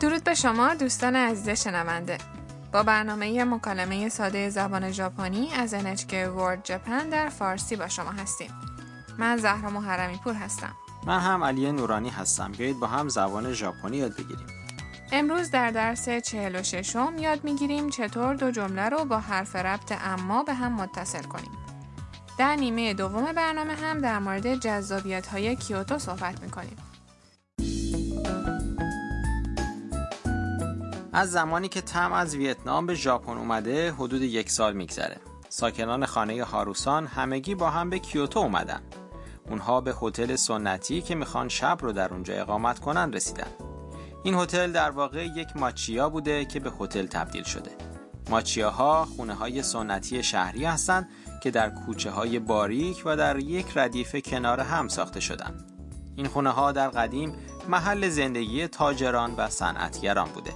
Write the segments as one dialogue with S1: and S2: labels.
S1: درود به شما دوستان عزیز شنونده با برنامه مکالمه ساده زبان ژاپنی از NHK World Japan در فارسی با شما هستیم من زهرا محرمی پور هستم
S2: من هم علی نورانی هستم بیایید با هم زبان ژاپنی یاد بگیریم
S1: امروز در درس 46 م یاد میگیریم چطور دو جمله رو با حرف ربط اما به هم متصل کنیم در نیمه دوم برنامه هم در مورد جذابیت های کیوتو صحبت میکنیم
S2: از زمانی که تم از ویتنام به ژاپن اومده حدود یک سال میگذره ساکنان خانه هاروسان همگی با هم به کیوتو اومدن اونها به هتل سنتی که میخوان شب رو در اونجا اقامت کنن رسیدن این هتل در واقع یک ماچیا بوده که به هتل تبدیل شده ماچیاها خونه های سنتی شهری هستند که در کوچه های باریک و در یک ردیف کنار هم ساخته شدن این خونه ها در قدیم محل زندگی تاجران و صنعتگران بوده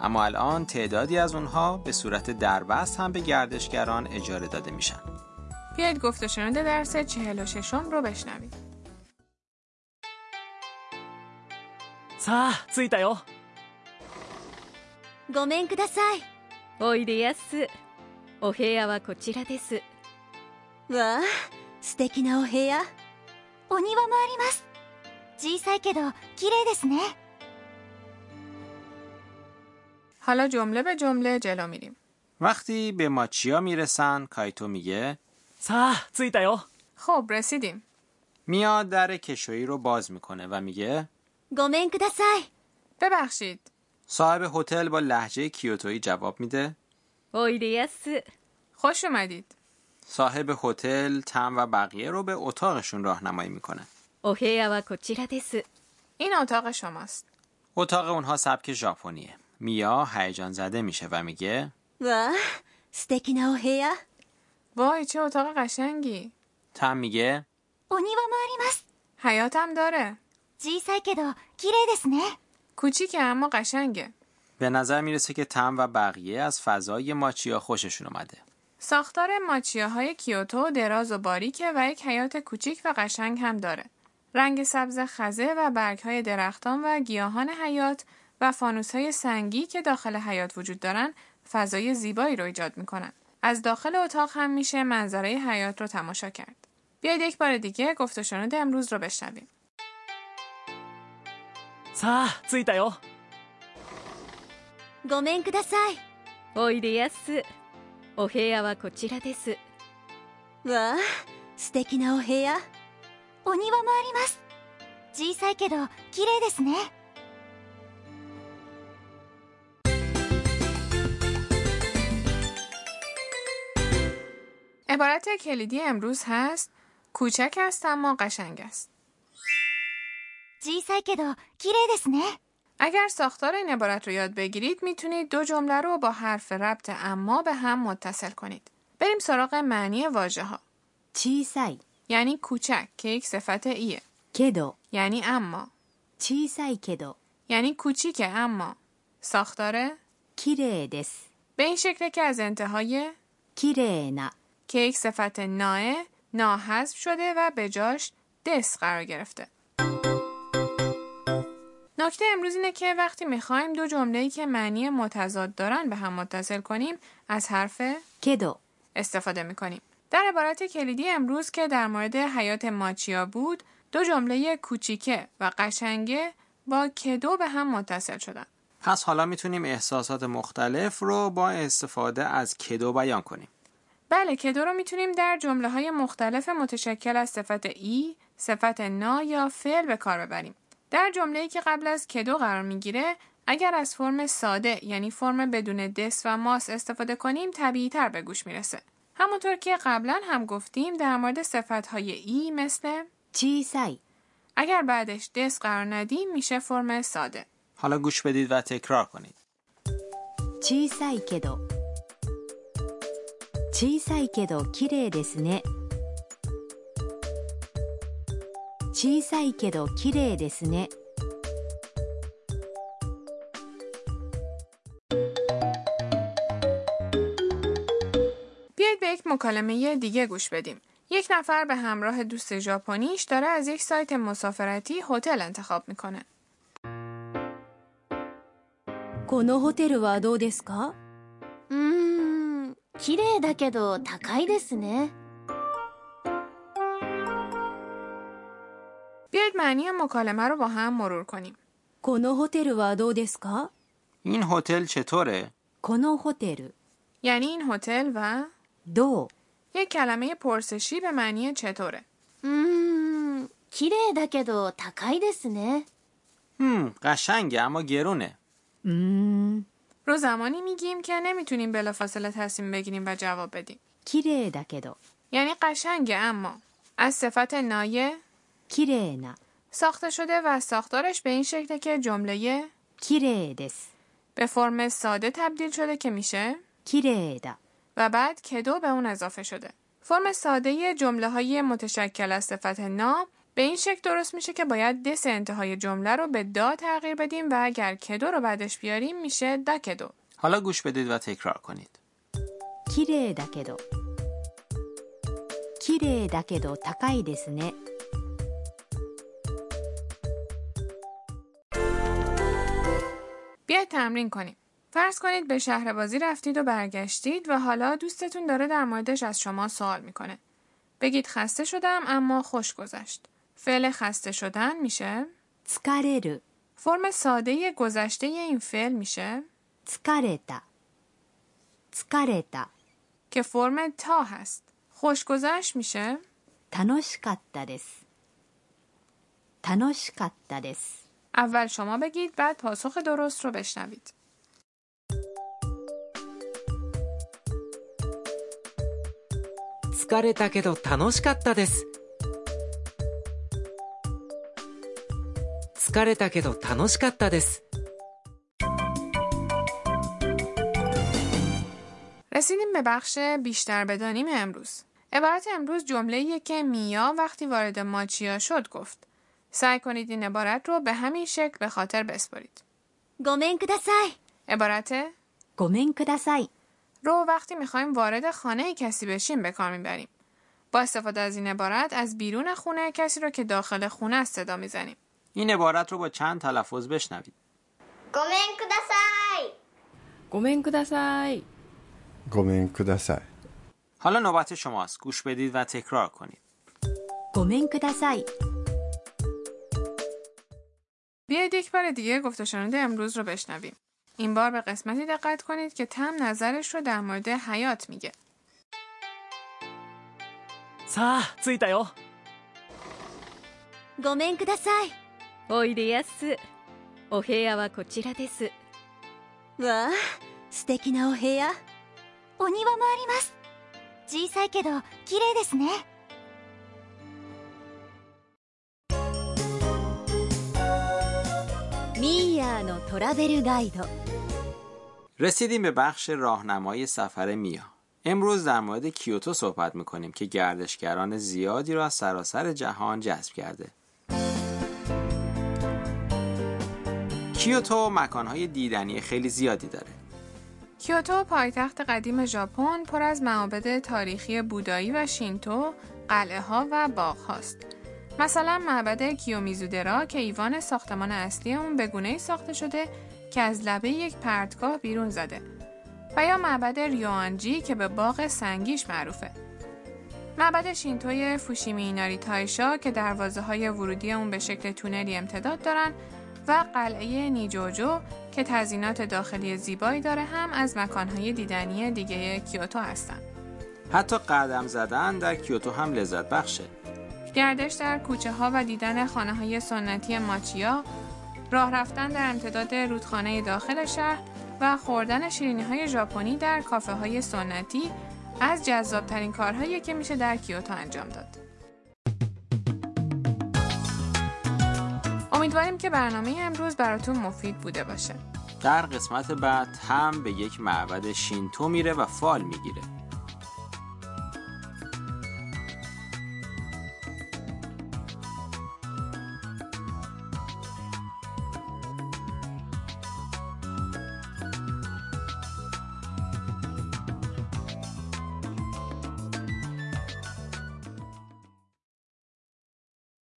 S2: اما الان تعدادی از اونها به صورت دربست هم به گردشگران اجاره داده میشن
S1: بیاید گفت و شنود درس 46 م رو بشنویم
S3: さあ着いたよ
S4: ごめんください
S5: おいでやすお部屋はこちらです
S4: わあ素敵なお部屋お庭もあります小さいけど綺麗ですね
S1: حالا جمله به جمله جلو میریم
S2: وقتی به ماچیا میرسن کایتو میگه
S3: さあ着いたよ
S1: خب رسیدیم
S2: میاد در کشویی رو باز میکنه و میگه
S4: ごめんください
S1: ببخشید
S2: صاحب هتل با لحجه کیوتویی جواب میده
S5: おいでやす
S1: خوش اومدید
S2: صاحب هتل تم و بقیه رو به اتاقشون راهنمایی میکنه
S5: お部屋はこちらです
S1: این اتاق شماست
S2: اتاق اونها سبک ژاپنیه میا هیجان زده میشه و میگه
S4: わあ素敵なお部屋
S1: وای چه اتاق قشنگی
S2: تم میگه
S4: お庭もあります
S1: حیاتم داره
S4: 小さいけど綺麗ですね
S1: کوچیکه اما قشنگه
S2: به نظر میرسه که تم و بقیه از فضای ماچیا خوششون اومده
S1: ساختار ماچیاهای کیوتو دراز و باریکه و یک حیات کوچیک و قشنگ هم داره. رنگ سبز خزه و برگهای درختان و گیاهان حیات و فانوسهای سنگی که داخل حیات وجود دارن فضای زیبایی رو ایجاد میکنن. از داخل اتاق هم میشه منظره حیات رو تماشا کرد. بیاید یک بار دیگه گفت و شنود امروز رو بشنویم.
S3: さあ着いたよ
S4: ごめんください
S5: おいでやすお部屋はこちらです
S4: わあ素敵なお部屋お庭もあります小さいけど綺麗ですね
S1: عبارت کلیدی امروز هست کوچک است اما قشنگ است.
S4: 小さいけど綺麗ですね
S1: اگر ساختار این عبارت رو یاد بگیرید میتونید دو جمله رو با حرف ربط اما به هم متصل کنید. بریم سراغ معنی واژه ها.
S6: 小さい
S1: یعنی کوچک که یک صفت ایه.
S6: けど
S1: یعنی اما.
S6: 小さいけど
S1: یعنی کوچیکه اما. ساختاره
S6: 綺麗です
S1: به این شکل که از انتهای
S6: 綺麗な
S1: که یک صفت ناه نا حذف شده و به جاش دس قرار گرفته. نکته امروز اینه که وقتی میخوایم دو جمله‌ای که معنی متضاد دارن به هم متصل کنیم از حرف
S6: けど
S1: استفاده میکنیم. در عبارت کلیدی امروز که در مورد حیات ماچیا بود، دو جمله کوچیکه و قشنگه با کدو به هم متصل شدن.
S2: پس حالا میتونیم احساسات مختلف رو با استفاده از کدو بیان کنیم
S1: بله کدو رو میتونیم در جمله های مختلف متشکل از صفت ای، صفت نا یا فعل به کار ببریم. در جمله‌ای که قبل از کدو قرار میگیره، اگر از فرم ساده یعنی فرم بدون دس و ماس استفاده کنیم طبیعی تر به گوش میرسه. همونطور که قبلا هم گفتیم در مورد صفت های ای مثل
S6: 小さい
S1: اگر بعدش دس قرار ندیم میشه فرم ساده.
S2: حالا گوش بدید و تکرار کنید
S6: 小さいけど小さいけど綺麗ですね小さいけど綺麗ですね
S1: بیایید به یک مکالمه دیگه گوش بدیم. یک نفر به همراه دوست ژاپنیش داره از یک سایت مسافرتی هتل انتخاب میکنه.
S6: このホテルはどうですか
S4: うーん綺麗だけど高いですね
S1: بیایید معنی مکالمه رو با هم مرور کنیم.
S6: このホテルはどうですか
S2: این هتل چطوره
S6: このホテル
S1: یعنی این هتل و
S6: どう
S1: یک کلمه پرسشی به معنی چطوره.
S4: うーん綺麗だけど高いですね
S2: هم قشنگه اما گرونه
S6: うーん
S1: رو زمانی میگیم که نمیتونیم بلافاصله تصمیم بگیریم و جواب بدیم.
S6: 綺麗だけど
S1: یعنی قشنگه اما از صفت نایه
S6: 綺麗な
S1: ساخته شده و ساختارش به این شکله که جمله
S6: 綺麗です
S1: به فرم ساده تبدیل شده که میشه
S6: 綺麗だ
S1: و بعد کدو به اون اضافه شده. فرم ساده جمله های متشکل از صفت نا به این شکل درست میشه که باید دس انتهای جمله رو به دا تغییر بدیم و اگر کدو رو بعدش بیاریم میشه دا کدو.
S2: حالا گوش بدید و تکرار کنید
S6: 綺麗だけど綺麗だけど高いですね
S1: بیاید تمرین کنیم. فرض کنید به شهر بازی رفتید و برگشتید و حالا دوستتون داره در موردش از شما سوال میکنه. بگید خسته شدم اما خوش گذشت. فعل خسته شدن میشه
S6: 疲れる
S1: فرم ساده گذشته این فعل میشه
S6: 疲れた疲れた
S1: که فرم تا هست. خوش گذشت میشه
S6: 楽しかったです楽しかったです
S1: اول شما بگید بعد پاسخ درست رو بشنوید.
S7: 疲れたけど楽しかったです疲れたけど楽しかったです
S1: رسیدیم به بخش بیشتر بدانیم امروز. عبارت امروز جمله که میا وقتی وارد ماچیا شد گفت. سعی کنید این عبارت رو به همین شکل به خاطر بسپرید.
S4: ごめんください
S1: عبارت
S6: ごめんください
S1: رو وقتی میخوایم وارد خانه کسی بشیم به کار میبریم. با استفاده از این عبارت از بیرون خونه کسی رو که داخل خونه است صدا میزنیم.
S2: این عبارت رو با چند تلفظ بشنوید
S4: ごめんください
S5: ごめんください
S8: ごめんください
S2: حالا نوبت شماست گوش بدید و تکرار کنید
S6: ごめんください
S1: بیایید یک بار دیگه گفت و شنود امروز رو بشنویم. این بار به قسمتی دقت کنید که تم نظرش رو در مورد حیات میگه.
S3: さあ着いたよ
S4: ごめんください
S5: おいでやすお部屋はこちらです
S4: わあ素敵なお部屋お庭もあります小さいけど綺麗ですねミーヤーのトラベルガイド
S2: رسیدیم به بخش راهنمای سفر میا امروز در مورد کیوتو صحبت میکنیم که گردشگران زیادی را از سراسر جهان جذب کرده کیوتو مکانهای دیدنی خیلی زیادی داره
S1: کیوتو پایتخت قدیم ژاپن پر از معابد تاریخی بودایی و شینتو، قلعه ها و باغ هاست. مثلا معبد کیومیزودرا که ایوان ساختمان اصلی اون به گونه‌ای ساخته شده که از لبه یک پرتگاه بیرون زده و یا معبد ریوانجی که به باغ سنگیش معروفه. معبد شینتوی فوشیمی ایناری تایشا که دروازه های ورودی اون به شکل تونلی امتداد دارن و قلعه نیجوجو که تزینات داخلی زیبایی داره هم از مکانهای دیدنی دیگه کیوتو هستن.
S2: حتی قدم زدن در کیوتو هم لذت بخشه
S1: گردش در کوچه ها و دیدن خانه های سنتی ماچیا، راه رفتن در امتداد رودخانه داخل شهر و خوردن شیرینی های ژاپنی در کافه های سنتی از جذابترین کارهایی که میشه در کیوتو انجام داد. امیدواریم که برنامه امروز براتون مفید بوده باشه.
S2: در قسمت بعد هم به یک معبد شینتو میره و فال میگیره